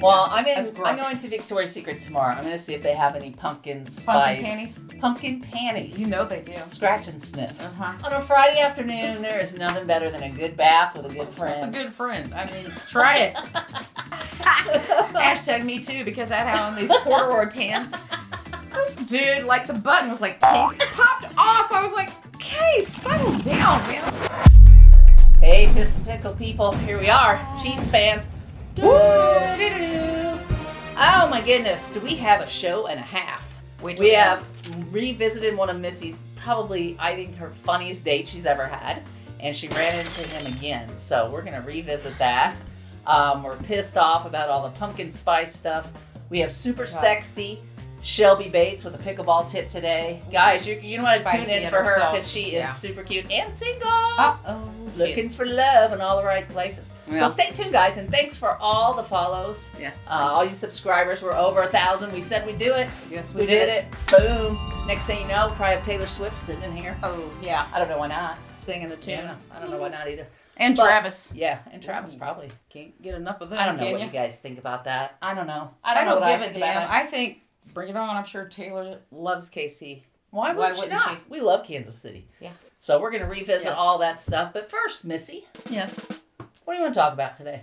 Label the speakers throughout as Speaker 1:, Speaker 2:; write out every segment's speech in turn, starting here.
Speaker 1: Well, I'm
Speaker 2: That's
Speaker 1: in.
Speaker 2: gross.
Speaker 1: I'm going to Victoria's Secret tomorrow. I'm going to see if they have any pumpkin spice.
Speaker 2: Pumpkin panties?
Speaker 1: Pumpkin panties.
Speaker 2: You know they do.
Speaker 1: Scratch and sniff.
Speaker 2: Uh huh.
Speaker 1: On a Friday afternoon, there is nothing better than a good bath with a good
Speaker 2: A
Speaker 1: friend.
Speaker 2: good friend. I mean, try it. Hashtag me too because I had on these corduroy pants. This dude, like the button was like tink, popped off. I was like, okay, settle down, man.
Speaker 1: hey, Pistol Pickle people, here we are, Chiefs fans. Doo-doo-doo-doo. Oh my goodness, do we have a show and a half?
Speaker 2: Which
Speaker 1: We have revisited one of Missy's probably, I think, her funniest date she's ever had, and she ran into him again. So we're gonna revisit that. Um, we're pissed off about all the pumpkin spice stuff. We have super sexy Shelby Bates with a pickleball tip today, guys. You you want to tune
Speaker 2: Spicy
Speaker 1: in
Speaker 2: in
Speaker 1: for her
Speaker 2: herself.
Speaker 1: because she is
Speaker 2: Yeah.
Speaker 1: super cute and single.
Speaker 2: Uh oh.
Speaker 1: Looking for love in all the right places.
Speaker 2: Yeah.
Speaker 1: So stay tuned, guys, and thanks for all the follows.
Speaker 2: Yes.
Speaker 1: Uh, all you subscribers, we're over a thousand. We said we'd do it.
Speaker 2: yes,
Speaker 1: We did it. Boom. Next thing you know, probably have Taylor Swift sitting in here.
Speaker 2: Oh yeah.
Speaker 1: I don't know why not.
Speaker 2: Singing the tune.
Speaker 1: Yeah, I don't know why not either.
Speaker 2: And
Speaker 1: But-
Speaker 2: Travis.
Speaker 1: Yeah, and Travis probably.
Speaker 2: Can't get enough of that.
Speaker 1: I don't know
Speaker 2: can
Speaker 1: what
Speaker 2: ya?
Speaker 1: you guys think about that. I don't know. I
Speaker 2: I
Speaker 1: don't,
Speaker 2: don't,
Speaker 1: know what I
Speaker 2: give
Speaker 1: think
Speaker 2: a
Speaker 1: about
Speaker 2: damn.
Speaker 1: it.
Speaker 2: I think bring it on. I'm sure Taylor loves KC.
Speaker 1: why would
Speaker 2: why
Speaker 1: you
Speaker 2: wouldn't
Speaker 1: not?
Speaker 2: she?
Speaker 1: We love Kansas City.
Speaker 2: Yeah.
Speaker 1: So we're gonna revisit
Speaker 2: Yeah.
Speaker 1: all that stuff. But first, Missy,
Speaker 2: Yes.
Speaker 1: what do you want to talk about today?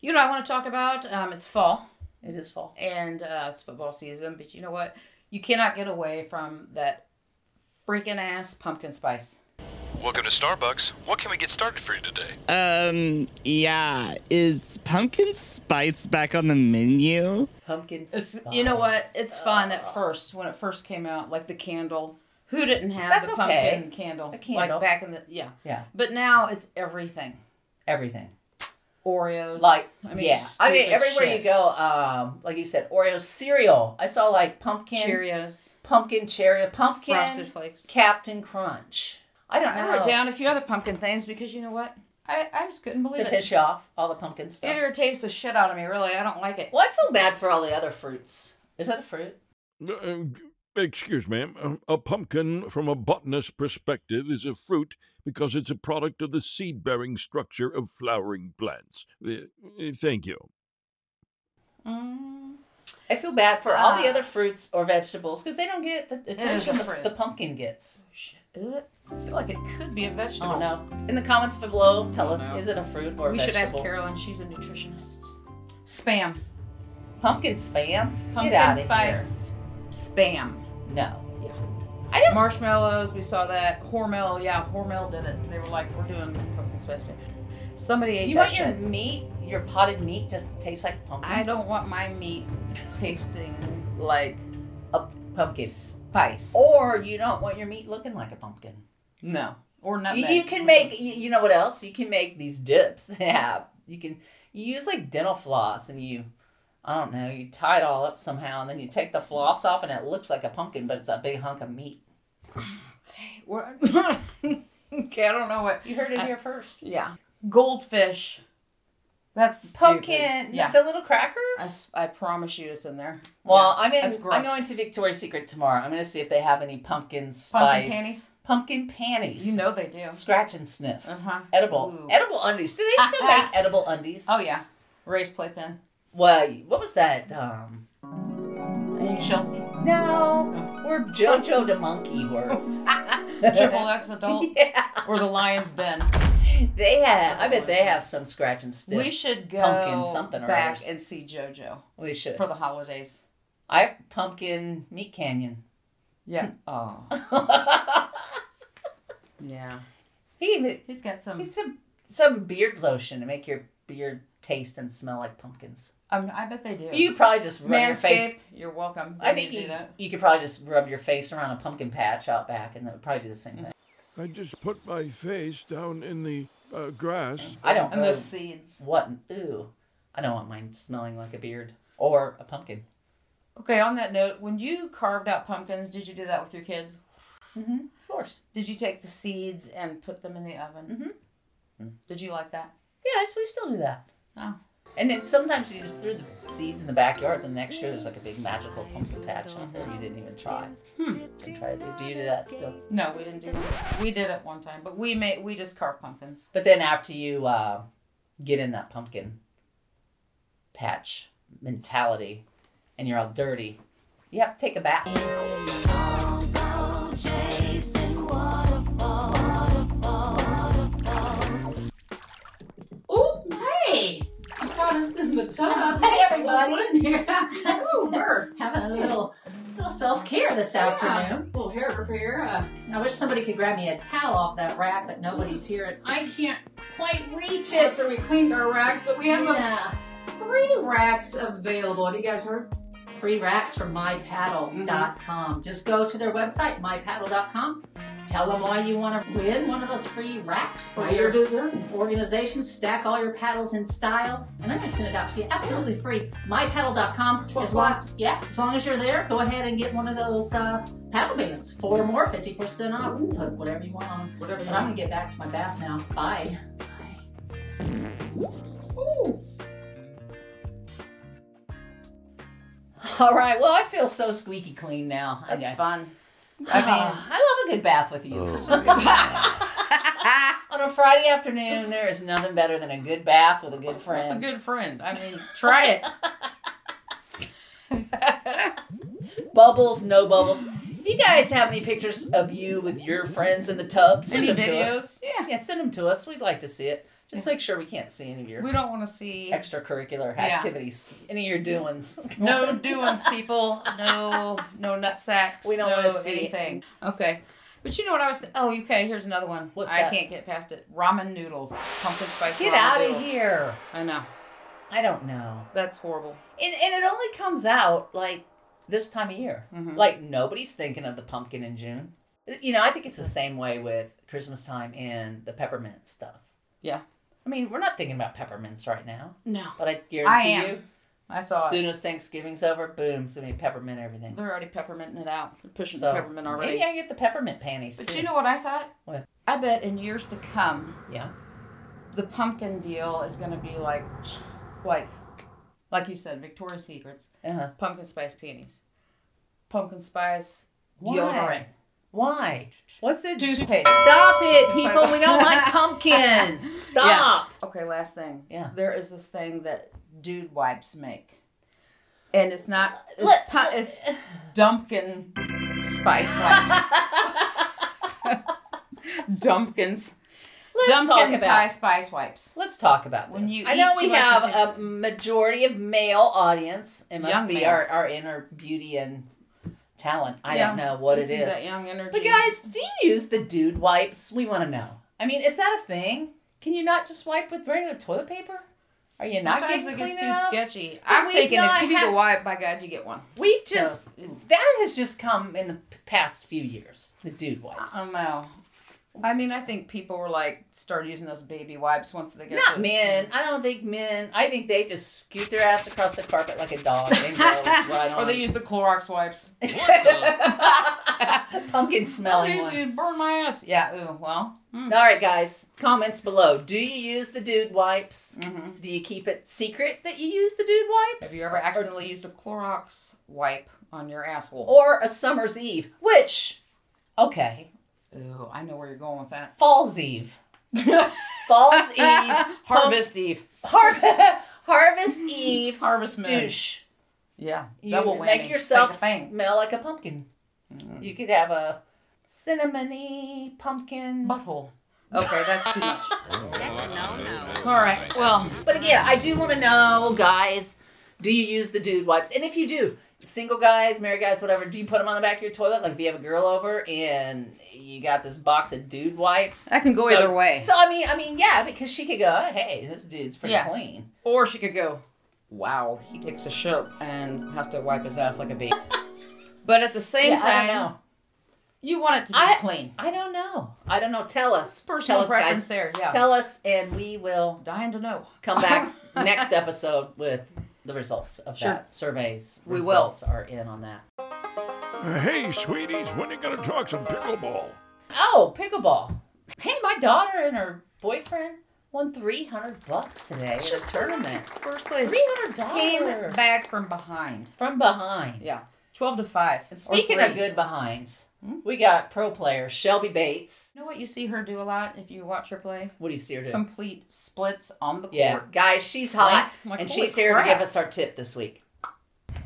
Speaker 2: You know what I want to talk about? Um, it's fall
Speaker 1: It is fall.
Speaker 2: and uh, it's football season, but you know what? You cannot get away from that freaking ass pumpkin spice.
Speaker 3: Welcome to Starbucks. What can we get started for you today?
Speaker 4: Um, yeah. Is pumpkin spice back on the menu?
Speaker 1: Pumpkin
Speaker 2: It's,
Speaker 1: spice. Uh,
Speaker 2: you know what? It's fun at first when it first came out, like the candle. Who didn't have
Speaker 1: That's
Speaker 2: the
Speaker 1: okay.
Speaker 2: pumpkin candle?
Speaker 1: A candle.
Speaker 2: Like back in the yeah.
Speaker 1: Yeah.
Speaker 2: But now it's everything.
Speaker 1: Everything.
Speaker 2: Oreos.
Speaker 1: Like
Speaker 2: I mean,
Speaker 1: yeah.
Speaker 2: just
Speaker 1: I mean
Speaker 2: stupid
Speaker 1: everywhere
Speaker 2: shit.
Speaker 1: you go, um, like you said, Oreo cereal. I saw like pumpkin
Speaker 2: Cheerios,
Speaker 1: pumpkin cherry pumpkin
Speaker 2: Frosted Flakes.
Speaker 1: Captain Crunch. I don't
Speaker 2: I
Speaker 1: know.
Speaker 2: wrote down a few other pumpkin things because you know what? I, I just couldn't believe
Speaker 1: to
Speaker 2: it.
Speaker 1: piss you off, all the pumpkin
Speaker 2: It
Speaker 1: stuff.
Speaker 2: irritates the shit out of me, really. I don't like it.
Speaker 1: well, I feel bad for all the other fruits. Is that a fruit?
Speaker 5: Uh, Excuse ma'am. Um, A pumpkin, from a botanist's perspective, is a fruit because it's a product of the seed bearing structure of flowering plants. Uh, uh, Thank you.
Speaker 2: Mm,
Speaker 1: I feel bad for all the
Speaker 2: Ah.
Speaker 1: other fruits or vegetables because they don't get the
Speaker 2: is a
Speaker 1: attention the,
Speaker 2: fruit.
Speaker 1: the pumpkin gets.
Speaker 2: shit, is it? I feel like it could be a
Speaker 1: I
Speaker 2: vegetable.
Speaker 1: don't know. In the comments below, tell us
Speaker 2: know.
Speaker 1: is it a fruit or a
Speaker 2: we should ask
Speaker 1: vegetable?
Speaker 2: Carolyn. She's a nutritionist. Spam.
Speaker 1: Pumpkin spam. get
Speaker 2: Pumpkin
Speaker 1: out
Speaker 2: spice. Spam.
Speaker 1: Of here. No.
Speaker 2: Yeah.
Speaker 1: I don't.
Speaker 2: Marshmallows. We saw that. Hormel. Yeah, Hormel did it. They were like, we're doing pumpkin spice. spam." Somebody ate
Speaker 1: You
Speaker 2: that
Speaker 1: want your
Speaker 2: shit.
Speaker 1: meat, your potted meat, just tastes like pumpkin.
Speaker 2: I don't want my meat tasting like
Speaker 1: a pumpkin.
Speaker 2: spice.
Speaker 1: Or you don't want your meat looking like a pumpkin.
Speaker 2: No. Or
Speaker 1: You,
Speaker 2: nutmeg.
Speaker 1: you can make you, you know what else? You can make these dips. Yeah, you can. You use like dental floss and you, I don't know, you tie it all up somehow and then you take the floss off and it looks like a pumpkin, but it's a big hunk of meat.
Speaker 2: What- okay, I don't know what.
Speaker 1: You heard it
Speaker 2: I-
Speaker 1: here first.
Speaker 2: Yeah. Goldfish. That's
Speaker 1: Pumpkin,
Speaker 2: Yeah.
Speaker 1: the little crackers.
Speaker 2: I, s- I promise you, it's in there.
Speaker 1: well, I'm
Speaker 2: that's
Speaker 1: in.
Speaker 2: gross.
Speaker 1: I'm going to Victoria's Secret tomorrow. I'm going to see if they have any pumpkin spice
Speaker 2: panties?
Speaker 1: Pumpkin panties.
Speaker 2: You know they do.
Speaker 1: scratch and sniff.
Speaker 2: Uh huh.
Speaker 1: Edible,
Speaker 2: Ooh.
Speaker 1: edible undies. Do they still make edible undies?
Speaker 2: Uh, Oh yeah. Raised playpen.
Speaker 1: Well, what was that? Um,
Speaker 2: Old Chelsea.
Speaker 1: No, we're JoJo the Monkey World.
Speaker 2: Triple X adult.
Speaker 1: yeah,
Speaker 2: Or the Lion's Den.
Speaker 1: they have. I bet they have some scratch and sniff.
Speaker 2: We should go
Speaker 1: Pumpkin something or
Speaker 2: back
Speaker 1: others.
Speaker 2: and see JoJo
Speaker 1: We should.
Speaker 2: for the holidays.
Speaker 1: I pumpkin meat canyon.
Speaker 2: Yeah. Oh. Yeah.
Speaker 1: he even
Speaker 2: He's got some.
Speaker 1: need some some beard lotion to make your beard taste and smell like pumpkins.
Speaker 2: Um, I bet they do.
Speaker 1: You could probably just rub your face.
Speaker 2: Manscaped. You're welcome. They
Speaker 1: I think
Speaker 2: need to do
Speaker 1: you,
Speaker 2: that.
Speaker 1: you could probably just rub your face around a pumpkin patch out back, and that would probably do the same
Speaker 2: Mm.
Speaker 1: thing.
Speaker 5: I just put my face down in the uh, grass.
Speaker 1: I don't
Speaker 2: And
Speaker 1: know
Speaker 2: those seeds.
Speaker 1: what. Ooh, I don't want mine smelling like a beard or a pumpkin.
Speaker 2: Okay, on that note, when you carved out pumpkins, did you do that with your kids?
Speaker 1: Of course.
Speaker 2: Did you take the seeds and put them in the oven? Mm-hmm.
Speaker 1: Hmm.
Speaker 2: Did you like that?
Speaker 1: Yes, we still do that.
Speaker 2: Oh.
Speaker 1: And then sometimes you just threw the seeds in the backyard, then the next year there's like a big magical pumpkin patch on there you didn't even try. Hmm. Didn't try to do. do you do that still?
Speaker 2: No, we didn't do that. We did it one time, but we made we just carved pumpkins.
Speaker 1: But then after you uh, get in that pumpkin patch, mentality and you're all dirty, you have to take a bath.
Speaker 6: Oh, hey!
Speaker 2: I brought us in the tub.
Speaker 6: Hey, everybody.
Speaker 2: Ooh, her.
Speaker 6: Having a little little self care this afternoon.
Speaker 2: Little hair repair. Uh,
Speaker 6: I wish somebody could grab me a towel off that rack, but nobody's here, and I can't quite reach it.
Speaker 2: after we cleaned our racks, but we have those
Speaker 6: Yeah,
Speaker 2: three racks available. Have you guys heard? Mm-hmm.
Speaker 6: free racks from mypaddle.com. Just go to their website, mypaddle.com. Tell them why you want to win one of those free racks for
Speaker 2: Why
Speaker 6: your
Speaker 2: you're deserving.
Speaker 6: organization. Stack all your paddles in style, and they're just going to out to you absolutely free. MyPaddle.com.
Speaker 2: Twelve
Speaker 6: As long-
Speaker 2: slots.
Speaker 6: Yeah, as long as you're there, go ahead and get one of those uh, paddle bands. Four or more, 50% off. Put whatever you want on.
Speaker 2: Whatever
Speaker 6: But I'm going to get back to my bath now. Bye.
Speaker 1: All right. Well, I feel so squeaky clean now.
Speaker 2: That's
Speaker 1: Okay.
Speaker 2: fun.
Speaker 1: I
Speaker 2: I mean,
Speaker 1: love a good bath with you. On a Friday afternoon, there is nothing better than a good bath with a good
Speaker 2: a
Speaker 1: friend.
Speaker 2: good friend. I mean, try it.
Speaker 1: bubbles, no bubbles. If you guys have any pictures of you with your friends in the tub, send
Speaker 2: Any
Speaker 1: them to us.
Speaker 2: videos? Yeah.
Speaker 1: Yeah, send them to us. We'd like to see it. Just make sure we can't see any of your
Speaker 2: We don't want to see
Speaker 1: extracurricular
Speaker 2: Yeah.
Speaker 1: activities, any of your doings.
Speaker 2: no doings, people. No, no nut sacks.
Speaker 1: We don't
Speaker 2: no
Speaker 1: wanna see it.
Speaker 2: anything. Okay. But you know what I was? oh, okay. Here's another one.
Speaker 1: What's
Speaker 2: I
Speaker 1: that?
Speaker 2: can't get past it. Ramen noodles, pumpkin spice.
Speaker 1: Get
Speaker 2: ramen
Speaker 1: out of
Speaker 2: noodles.
Speaker 1: here.
Speaker 2: I know
Speaker 1: I don't know.
Speaker 2: that's horrible.
Speaker 1: And, and it only comes out like this time of year.
Speaker 2: Mhm.
Speaker 1: Like nobody's thinking of the pumpkin in June. You know, I think it's the same way with Christmas time and the peppermint stuff.
Speaker 2: Yeah.
Speaker 1: I mean, we're not thinking about peppermints right now,
Speaker 2: No,
Speaker 1: but I guarantee
Speaker 2: I am.
Speaker 1: you,
Speaker 2: I
Speaker 1: as
Speaker 2: saw it.
Speaker 1: soon as Thanksgiving's over, boom, so many peppermint everything.
Speaker 2: They're already pepperminting it out. They're pushing
Speaker 1: So,
Speaker 2: the peppermint already.
Speaker 1: Maybe I get the peppermint panties
Speaker 2: But
Speaker 1: too.
Speaker 2: you know what I thought?
Speaker 1: What?
Speaker 2: I bet in years to come,
Speaker 1: yeah.
Speaker 2: the pumpkin deal is going to be like, like, like you said, Victoria's Secrets,
Speaker 1: Uh-huh.
Speaker 2: pumpkin spice panties, pumpkin spice
Speaker 1: Why?
Speaker 2: deodorant.
Speaker 1: Why? What's it?
Speaker 2: Toothpaste.
Speaker 1: Stop it, people. We don't like pumpkin. Stop.
Speaker 2: Okay, last thing.
Speaker 1: Yeah.
Speaker 2: There is this thing that dude wipes make, and it's not. It's,
Speaker 1: Let-
Speaker 2: pu- it's dumpkin spice wipes. Dumpkins.
Speaker 1: Let's
Speaker 2: Dumpkin
Speaker 1: talk about
Speaker 2: pie spice wipes.
Speaker 1: Let's talk about
Speaker 2: When
Speaker 1: this.
Speaker 2: you
Speaker 1: I
Speaker 2: eat
Speaker 1: know
Speaker 2: too
Speaker 1: we
Speaker 2: much
Speaker 1: have
Speaker 2: of
Speaker 1: a majority of male audience. It must
Speaker 2: Young
Speaker 1: be our,
Speaker 2: males.
Speaker 1: our inner beauty and talent. I don't
Speaker 2: Yeah.
Speaker 1: know what
Speaker 2: You
Speaker 1: it
Speaker 2: see
Speaker 1: is.
Speaker 2: That young energy.
Speaker 1: But guys, do you use the dude wipes? We want to know. I mean, is that a thing? Can you not just wipe with regular toilet paper? Are you not
Speaker 2: Sometimes
Speaker 1: getting
Speaker 2: it
Speaker 1: clean
Speaker 2: gets too
Speaker 1: enough?
Speaker 2: sketchy. I'm
Speaker 1: we've
Speaker 2: thinking
Speaker 1: not
Speaker 2: if you need
Speaker 1: had-
Speaker 2: a wipe, by God, you get one.
Speaker 1: We've just
Speaker 2: So, ooh,
Speaker 1: that has just come in the p- past few years. The dude wipes.
Speaker 2: I don't know. I mean, I think people were like start using those baby wipes once they get
Speaker 1: Not
Speaker 2: those-
Speaker 1: men. I don't think men. I think they just scoot their ass across the carpet like a dog and go right
Speaker 2: or
Speaker 1: on.
Speaker 2: they use the Clorox wipes.
Speaker 1: Pumpkin smelling
Speaker 2: These- these
Speaker 1: ones.
Speaker 2: burn my ass. Yeah. Ooh. Well. Mm.
Speaker 1: All right, guys. Comments below. Do you use the dude wipes?
Speaker 2: hmm
Speaker 1: Do you keep it secret that you use the dude wipes?
Speaker 2: Have you ever accidentally used a Clorox wipe on your asshole?
Speaker 1: or a summer's eve, which, okay,
Speaker 2: Ooh. I know where you're going with that.
Speaker 1: fall's eve, fall's eve,
Speaker 2: Harvest Eve.
Speaker 1: har- harvest eve,
Speaker 2: Harvest Moon.
Speaker 1: douche.
Speaker 2: Yeah.
Speaker 1: You
Speaker 2: double whammy.
Speaker 1: make yourself
Speaker 2: Bang, bang.
Speaker 1: smell like a pumpkin. You could have a cinnamony pumpkin.
Speaker 2: butthole. Okay, that's too much.
Speaker 7: That's a no-no.
Speaker 2: All right. Well.
Speaker 1: But again, I do want to know, guys, do you use the dude wipes? And if you do, single guys, married guys, whatever, do you put them on the back of your toilet? Like if you have a girl over and you got this box of dude wipes.
Speaker 2: That can go
Speaker 1: So-
Speaker 2: either way.
Speaker 1: So I mean, I mean, yeah, because she could go, hey, this dude's pretty
Speaker 2: Yeah.
Speaker 1: clean.
Speaker 2: Or she could go, wow, he takes a shit and has to wipe his ass like a baby. but at the same
Speaker 1: Yeah, I
Speaker 2: time,
Speaker 1: don't know.
Speaker 2: you want it to be
Speaker 1: I-
Speaker 2: clean.
Speaker 1: I don't know. I don't know. Tell us.
Speaker 2: It's personal
Speaker 1: Tell us,
Speaker 2: preference
Speaker 1: guys.
Speaker 2: there. Yeah.
Speaker 1: Tell us, and we will
Speaker 2: Dying to know.
Speaker 1: come back next episode with the results of
Speaker 2: Sure.
Speaker 1: that surveys.
Speaker 2: We will.
Speaker 1: results are in on that.
Speaker 5: Uh, Hey, sweeties, when are you going to talk some pickleball?
Speaker 1: Oh, pickleball. Hey, my daughter and her boyfriend won three hundred bucks today at a
Speaker 2: Just
Speaker 1: tournament.
Speaker 2: First place
Speaker 1: Three hundred
Speaker 2: came
Speaker 1: dollars
Speaker 2: back from behind.
Speaker 1: from behind.
Speaker 2: Yeah. 12 to 5.
Speaker 1: And speaking of good behinds,
Speaker 2: Hmm?
Speaker 1: We got pro player Shelby Bates.
Speaker 2: You know what you see her do a lot if you watch her play?
Speaker 1: What do you see her do?
Speaker 2: Complete splits on the court.
Speaker 1: Yeah, guys, she's hot,
Speaker 2: I'm like,
Speaker 1: and
Speaker 2: holy
Speaker 1: she's here
Speaker 2: crap.
Speaker 1: to give us our tip this week.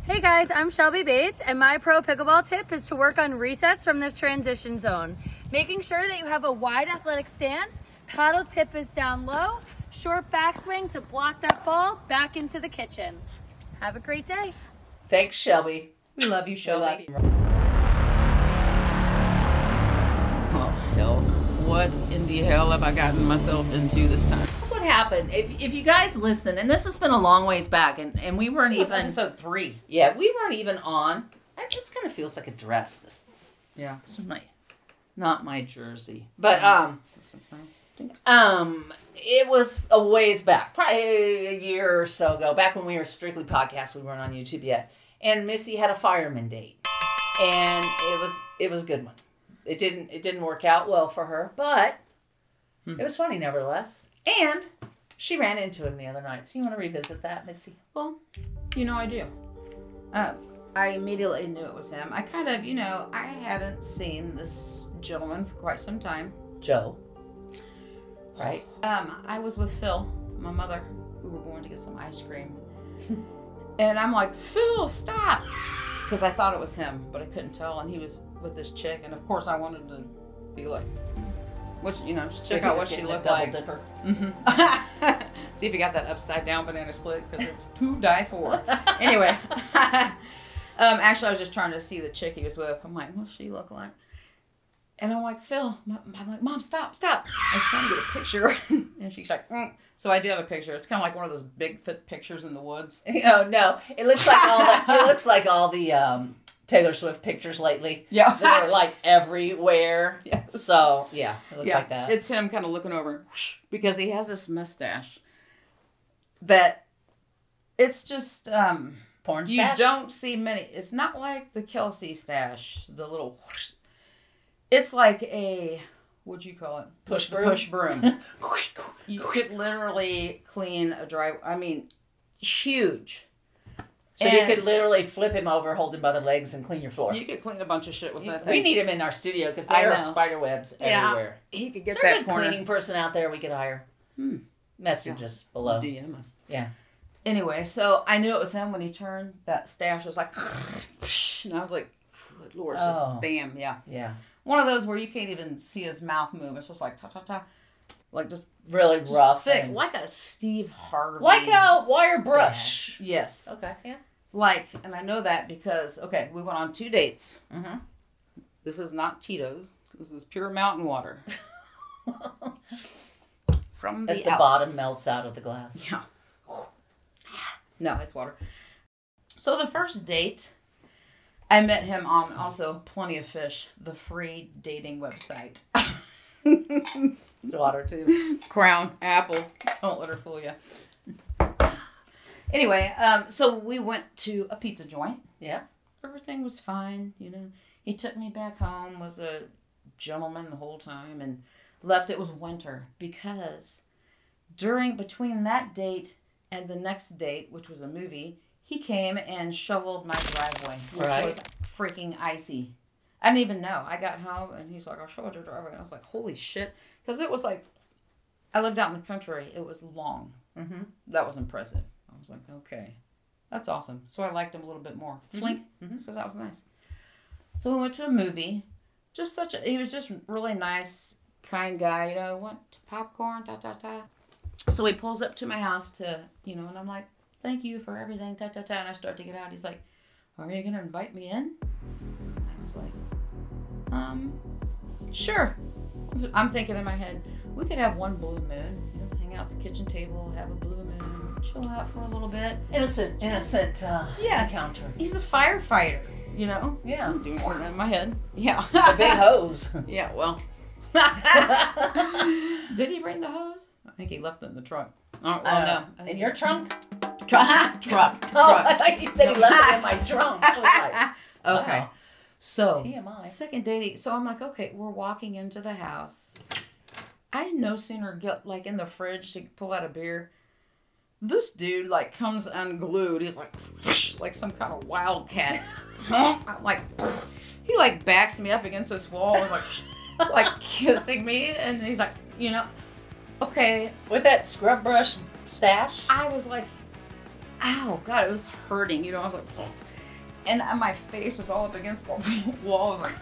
Speaker 8: Hey guys, I'm Shelby Bates, and my pro pickleball tip is to work on resets from the transition zone. Making sure that you have a wide athletic stance, paddle tip is down low, short backswing to block that ball back into the kitchen. Have a great day.
Speaker 1: Thanks, Shelby.
Speaker 2: We love you, Shelby.
Speaker 1: love
Speaker 2: Oh, hell. What in the hell have I gotten myself into this time?
Speaker 1: That's what happened. If, if you guys listen, and this has been a long ways back, and, and we weren't
Speaker 2: It's
Speaker 1: even
Speaker 2: episode three.
Speaker 1: yeah, we weren't even on. It just kind of feels like a dress. This
Speaker 2: Yeah.
Speaker 1: this is my not my jersey, but um
Speaker 2: This one's mine.
Speaker 1: um it was a ways back, probably a year or so ago, back when we were strictly podcast. We weren't on YouTube yet, and Missy had a fireman date, and it was it was a good one. It didn't it didn't work out well for her, but it was funny nevertheless, and. She ran into him the other night. So you want to revisit that, Missy?
Speaker 2: Well, you know I do. Uh, I immediately knew it was him. I kind of, you know, I hadn't seen this gentleman for quite some time.
Speaker 1: Joe. Right?
Speaker 2: Um, I was with Phil, my mother. We were going to get some ice cream, and I'm like, Phil, stop, because I thought it was him, but I couldn't tell, and he was with this chick, and of course I wanted to be like, which you know, just check
Speaker 1: If he
Speaker 2: out
Speaker 1: was
Speaker 2: what she
Speaker 1: getting a
Speaker 2: looked
Speaker 1: double
Speaker 2: like.
Speaker 1: Dipper.
Speaker 2: Mm-hmm. See if you got that upside down banana split because it's to die for. anyway, um, actually, I was just trying to see the chick he was with. I'm like, what's she look like? And I'm like, Phil, my, I'm like, Mom, stop, stop. I was trying to get a picture. and she's like, mm. so I do have a picture. It's kind of like one of those Bigfoot pictures in the woods.
Speaker 1: Oh no! It looks like all the it looks like all the um, Taylor Swift pictures lately. They're
Speaker 2: Yeah.
Speaker 1: like everywhere.
Speaker 2: Yes.
Speaker 1: So yeah, it looked
Speaker 2: yeah.
Speaker 1: like that.
Speaker 2: It's him kind of looking over because he has this mustache that it's just, um,
Speaker 1: Porn
Speaker 2: You
Speaker 1: stash.
Speaker 2: don't see many. It's not like the Kelsey stash, the little. whoosh. It's like a what'd you call it?
Speaker 1: Push
Speaker 2: the
Speaker 1: broom?
Speaker 2: Push broom. you could literally clean a dry. I mean, huge.
Speaker 1: So you
Speaker 2: and-
Speaker 1: could literally flip him over, hold him by the legs, and clean your floor.
Speaker 2: You could clean a bunch of shit with
Speaker 1: You-
Speaker 2: that thing.
Speaker 1: we need him in our studio because
Speaker 2: I
Speaker 1: there are
Speaker 2: know.
Speaker 1: spider webs
Speaker 2: Yeah.
Speaker 1: everywhere.
Speaker 2: He could
Speaker 1: Is
Speaker 2: get
Speaker 1: there a
Speaker 2: that
Speaker 1: good
Speaker 2: corner.
Speaker 1: cleaning person out there we could hire?
Speaker 2: Hmm.
Speaker 1: Message us below.
Speaker 2: DM us.
Speaker 1: Yeah.
Speaker 2: Anyway, so I knew it was him when he turned. That stash was like, and I was like, good lord, it's
Speaker 1: Oh.
Speaker 2: just bam, yeah.
Speaker 1: Yeah.
Speaker 2: One of those where you can't even see his mouth move. It's just like ta ta ta, like just
Speaker 1: Really
Speaker 2: Just
Speaker 1: rough.
Speaker 2: thick,
Speaker 1: and-
Speaker 2: like a Steve Harvey,
Speaker 1: Like a wire
Speaker 2: stash.
Speaker 1: brush.
Speaker 2: Yes,
Speaker 1: Okay. Yeah.
Speaker 2: like, and I know that because okay, we went on two dates.
Speaker 1: Mhm.
Speaker 2: This is not Tito's. This is pure mountain water. From the
Speaker 1: As the
Speaker 2: Alps.
Speaker 1: bottom melts out of the glass.
Speaker 2: Yeah. No, it's water. So the first date, I met him on also Plenty of Fish, the free dating website.
Speaker 1: Water too.
Speaker 2: Crown, Apple. Don't let her fool you. Anyway, um, so we went to a pizza joint.
Speaker 1: Yeah.
Speaker 2: Everything was fine, you know. He took me back home, was a gentleman the whole time, and left. It was winter because during between that date and the next date, which was a movie, he came and shoveled my driveway, which
Speaker 1: Right.
Speaker 2: was freaking icy. I didn't even know. I got home and he's like, "I'll shovel your driveway," and I was like, "Holy shit!" Because it was like I lived out in the country. It was long. Mm-hmm.
Speaker 1: Mhm.
Speaker 2: That was impressive. I was like, okay, that's awesome. So I liked him a little bit more. Flink, so that was nice. So we went to a movie. Just such a, he was just really nice, kind guy. You know, went to popcorn, da da da. So he pulls up to my house to, you know, and I'm like, thank you for everything, da da da. And I start to get out. He's like, are you gonna invite me in? I was like, um, sure. I'm thinking in my head, we could have one blue moon, you know, hang out at the kitchen table, have a blue moon, chill out for a little bit.
Speaker 1: Innocent, innocent uh,
Speaker 2: Yeah.
Speaker 1: encounter.
Speaker 2: He's a firefighter, you know.
Speaker 1: Yeah.
Speaker 2: I'm doing something in my head. Yeah.
Speaker 1: A big hose.
Speaker 2: yeah. Well. Did he bring the hose? I think he left it in the truck. Oh, well,
Speaker 1: Uh,
Speaker 2: no. I
Speaker 1: In
Speaker 2: think-
Speaker 1: your trunk?
Speaker 2: truck. truck.
Speaker 1: Oh, I thought you said he
Speaker 2: No.
Speaker 1: left it in my trunk. I was like,
Speaker 2: okay.
Speaker 1: wow.
Speaker 2: So.
Speaker 1: TMI.
Speaker 2: Second dating. So I'm like, okay, we're walking into the house. I no sooner get like in the fridge to pull out a beer. This dude like comes unglued. He's like, like some kind of wildcat. I'm like, he like backs me up against this wall, and was like like kissing me, and he's like, you know, okay.
Speaker 1: With that scrub brush stash.
Speaker 2: I was like, ow, god, it was hurting, you know. I was like, and uh, my face was all up against the wall. I was like,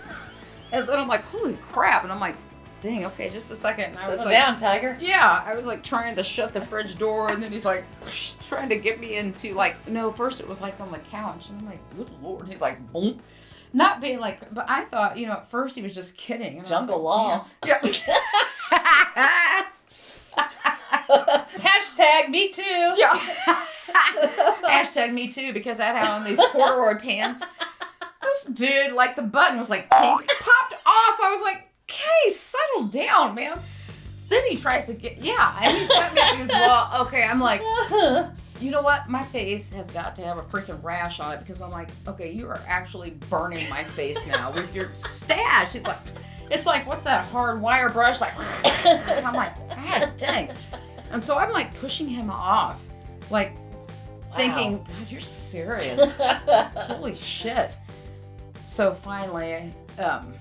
Speaker 2: and then I'm like, holy crap, and I'm like, dang, okay, just a second. And I was
Speaker 1: Settle
Speaker 2: like,
Speaker 1: down, Tiger.
Speaker 2: yeah, I was like trying to shut the fridge door, and then he's like trying to get me into like no. First it was like on the couch, and I'm like, good lord. He's like, boom, not being like, but I thought you know at first he was just kidding. and I was
Speaker 1: Jungle
Speaker 2: like,
Speaker 1: law.
Speaker 2: "Damn." Yeah.
Speaker 1: Hashtag me too.
Speaker 2: yeah. Hashtag me too because I had on these corduroy pants. This dude, like the button was like tink, popped off. I was like, okay, settle down, man. Then he tries to get yeah, and he's got me up against the wall. Okay, I'm like, you know what? My face has got to have a freaking rash on it because I'm like, okay, you are actually burning my face now with your stash. It's like, it's like, what's that hard wire brush? Like, and I'm like, God dang. And so I'm like pushing him off, like thinking, God, you're serious. Holy shit. So finally, um,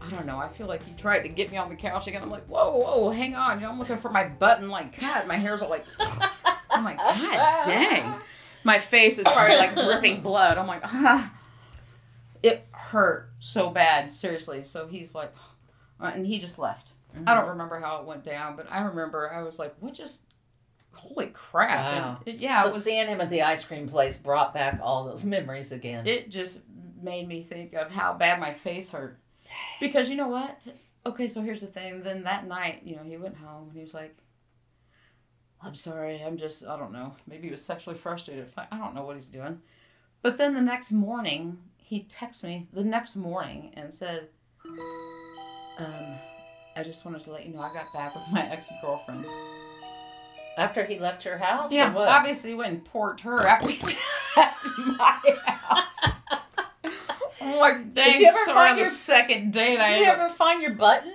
Speaker 2: I don't know. I feel like you tried to get me on the couch again. I'm like, whoa, whoa, hang on. You know, I'm looking for my button. Like, God, my hair's all like, I'm like, God dang. My face is probably like dripping blood. I'm like, ah. It hurt so bad, seriously. So he's like, uh, and he just left. I don't remember how it went down, but I remember I was like, what just, holy crap.
Speaker 1: Wow.
Speaker 2: And it- yeah,
Speaker 1: so
Speaker 2: it was.
Speaker 1: seeing him at the ice cream place brought back all those memories again.
Speaker 2: it just made me think of how bad my face hurt. Because you know what? Okay, so here's the thing. Then that night, you know, he went home and he was like, I'm sorry, I'm just, I don't know. Maybe he was sexually frustrated. I I don't know what he's doing. But then the next morning, he texted me the next morning and said, um, I just wanted to let you know I got back with my ex girlfriend.
Speaker 1: After he left your house? or
Speaker 2: Yeah,
Speaker 1: what?
Speaker 2: obviously he went and poured her after, after my house. I'm like, dang,
Speaker 1: Did you ever
Speaker 2: sorry
Speaker 1: find
Speaker 2: on the
Speaker 1: your-
Speaker 2: second date I
Speaker 1: Did you
Speaker 2: ended up-
Speaker 1: ever find your button?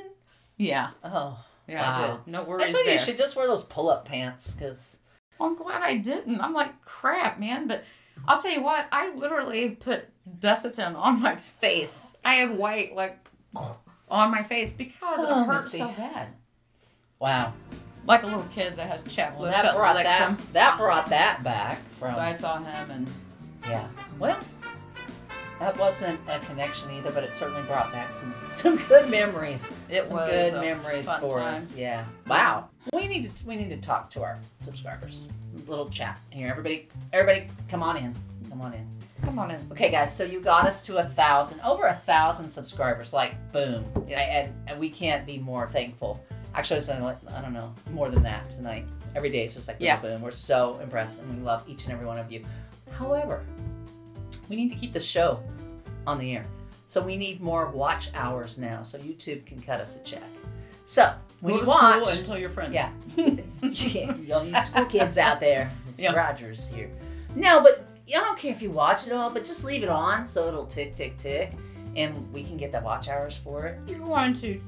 Speaker 2: Yeah,
Speaker 1: Oh.
Speaker 2: yeah, I
Speaker 1: Wow.
Speaker 2: did. No
Speaker 1: I
Speaker 2: worries
Speaker 1: told you
Speaker 2: there.
Speaker 1: you should just wear those pull up pants because
Speaker 2: I'm glad I didn't. I'm like, crap, man. But I'll tell you what, I literally put Desitin on my face. I had white, like, on my face because
Speaker 1: Oh,
Speaker 2: it hurt
Speaker 1: Missy.
Speaker 2: so bad.
Speaker 1: Wow.
Speaker 2: Like a little kid that has chapped
Speaker 1: Well
Speaker 2: lips.
Speaker 1: that
Speaker 2: felt
Speaker 1: brought
Speaker 2: like
Speaker 1: that
Speaker 2: some-
Speaker 1: that brought that back from
Speaker 2: So I saw him and
Speaker 1: Yeah. Well, that wasn't a connection either, but it certainly brought back some some good memories.
Speaker 2: it
Speaker 1: some
Speaker 2: was
Speaker 1: good
Speaker 2: a
Speaker 1: memories
Speaker 2: fun
Speaker 1: for
Speaker 2: time.
Speaker 1: us. Yeah. Wow. We need to we need to talk to our subscribers. Little chat here. Everybody everybody come on in. Come on in.
Speaker 2: Come on in.
Speaker 1: Okay guys, so you got us to a thousand, over a thousand subscribers, like boom.
Speaker 2: Yes.
Speaker 1: I- and, and we can't be more thankful. Actually, it's uh, like, I don't know, more than that tonight. Every day it's just like boom,
Speaker 2: Yeah.
Speaker 1: boom. We're so impressed and we love each and every one of you. However, we need to keep the show on the air. So we need more watch hours now so YouTube can cut us a check. So when
Speaker 2: Go
Speaker 1: you
Speaker 2: to school
Speaker 1: watch
Speaker 2: and tell your friends.
Speaker 1: Yeah. yeah, young you school kids out there. It's
Speaker 2: Yeah.
Speaker 1: Rogers here. No, but I don't care if you watch it all, but just leave it on so it'll tick, tick, tick, and we can get the watch hours for it.
Speaker 2: You're going to.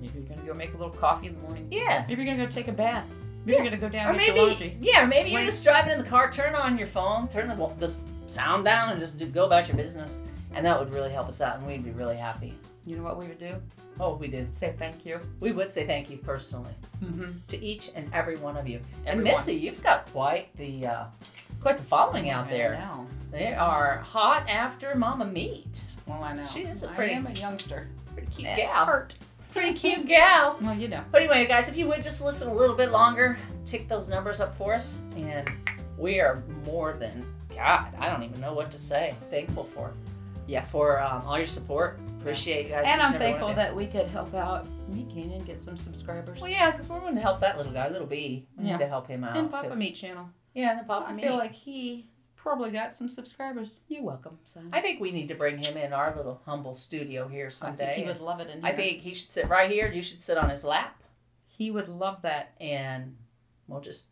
Speaker 2: Maybe you're gonna go make a little coffee in the morning.
Speaker 1: Yeah.
Speaker 2: Maybe you're gonna go take a bath. Maybe you're gonna go down
Speaker 1: Or
Speaker 2: and get
Speaker 1: maybe,
Speaker 2: your laundry.
Speaker 1: yeah, or maybe you're
Speaker 2: Wait.
Speaker 1: just driving in the car. Turn on your phone, turn the, the s- sound down, and just do, go about your business. And that would really help us out, and we'd be really happy.
Speaker 2: You know what we would do?
Speaker 1: Oh, we did.
Speaker 2: Say thank you.
Speaker 1: We would say thank you personally
Speaker 2: Mm-hmm.
Speaker 1: to each and every one of you. And
Speaker 2: Everyone.
Speaker 1: Missy, you've got quite the uh, quite the following out there.
Speaker 2: Now.
Speaker 1: They are hot after Mama Meat.
Speaker 2: Well, I know.
Speaker 1: She is a
Speaker 2: I
Speaker 1: pretty-
Speaker 2: am a youngster.
Speaker 1: Pretty cute
Speaker 2: It
Speaker 1: gal.
Speaker 2: hurt.
Speaker 1: Pretty cute gal.
Speaker 2: Well, you know.
Speaker 1: But anyway, guys, if you would just listen a little bit longer, tick those numbers up for us, and we are more than God. I don't even know what to say. Thankful for, yeah, for um, all your support. Appreciate you guys.
Speaker 2: And
Speaker 1: each every
Speaker 2: I'm
Speaker 1: one of
Speaker 2: thankful
Speaker 1: you.
Speaker 2: that we could help out me, Keenan, get some subscribers.
Speaker 1: Well, yeah, because we're going to help that little guy, little B. We
Speaker 2: Yeah.
Speaker 1: need to help him out.
Speaker 2: And Papa
Speaker 1: 'cause-
Speaker 2: Meat channel.
Speaker 1: Yeah, and the Papa
Speaker 2: I
Speaker 1: Meat.
Speaker 2: feel like he probably got some subscribers. You're welcome, son.
Speaker 1: I think we need to bring him in our little humble studio here
Speaker 2: I
Speaker 1: someday.
Speaker 2: think he would love it in here.
Speaker 1: I think he should sit right here. You should sit on his lap.
Speaker 2: he would love that.
Speaker 1: and we'll just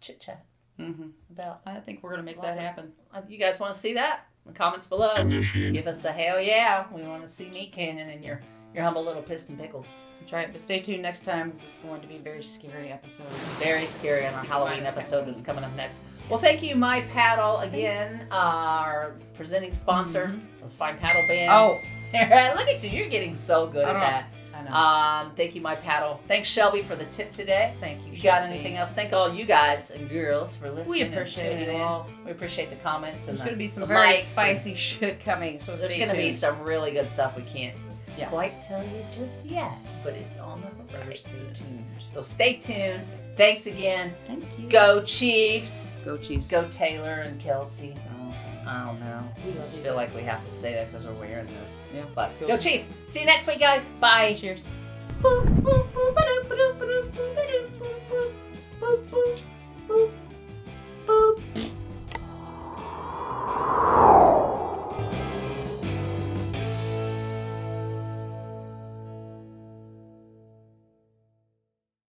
Speaker 1: chit chat
Speaker 2: Mm-hmm.
Speaker 1: about.
Speaker 2: I think we're gonna make
Speaker 1: Lots
Speaker 2: that
Speaker 1: of-
Speaker 2: happen.
Speaker 1: uh, You guys want to see that? The comments below. Give us a hell yeah. We want to see Meat Cannon and your your humble little piston pickle.
Speaker 2: Try it, but stay tuned next time. This is going to be a very scary episode.
Speaker 1: Very scary on our
Speaker 2: Keep in
Speaker 1: Halloween
Speaker 2: mind it's
Speaker 1: episode that's coming up next. Well, thank you, My Paddle, again, our presenting sponsor. Those fine paddle bands.
Speaker 2: Mm-hmm. Oh.
Speaker 1: look at you. You're getting so good
Speaker 2: I
Speaker 1: at
Speaker 2: know.
Speaker 1: that.
Speaker 2: I know.
Speaker 1: Um, thank you, My Paddle. Thanks, Shelby, for the tip today.
Speaker 2: Thank you.
Speaker 1: You got
Speaker 2: Shelby.
Speaker 1: anything else? Thank all you guys and girls for listening.
Speaker 2: We
Speaker 1: and
Speaker 2: appreciate
Speaker 1: tuning
Speaker 2: it
Speaker 1: in.
Speaker 2: all.
Speaker 1: We appreciate the comments and
Speaker 2: There's
Speaker 1: the,
Speaker 2: going to be some
Speaker 1: the
Speaker 2: very
Speaker 1: likes and-
Speaker 2: spicy shit coming, so
Speaker 1: There's
Speaker 2: stay
Speaker 1: going to be
Speaker 2: tuned.
Speaker 1: some really good stuff we can't
Speaker 2: Yeah.
Speaker 1: quite tell you just yet, but it's on the horizon.
Speaker 2: tuned.
Speaker 1: So stay tuned. Thanks again.
Speaker 2: Thank you.
Speaker 1: Go Chiefs.
Speaker 2: Go Chiefs.
Speaker 1: Go Taylor and Kelsey.
Speaker 2: Oh.
Speaker 1: I don't know. We just feel like we have to say that because we're wearing this.
Speaker 2: Yeah.
Speaker 1: But
Speaker 2: Go
Speaker 1: go Chiefs. See you next week, guys. Bye.
Speaker 2: Cheers.
Speaker 1: Boop, boop.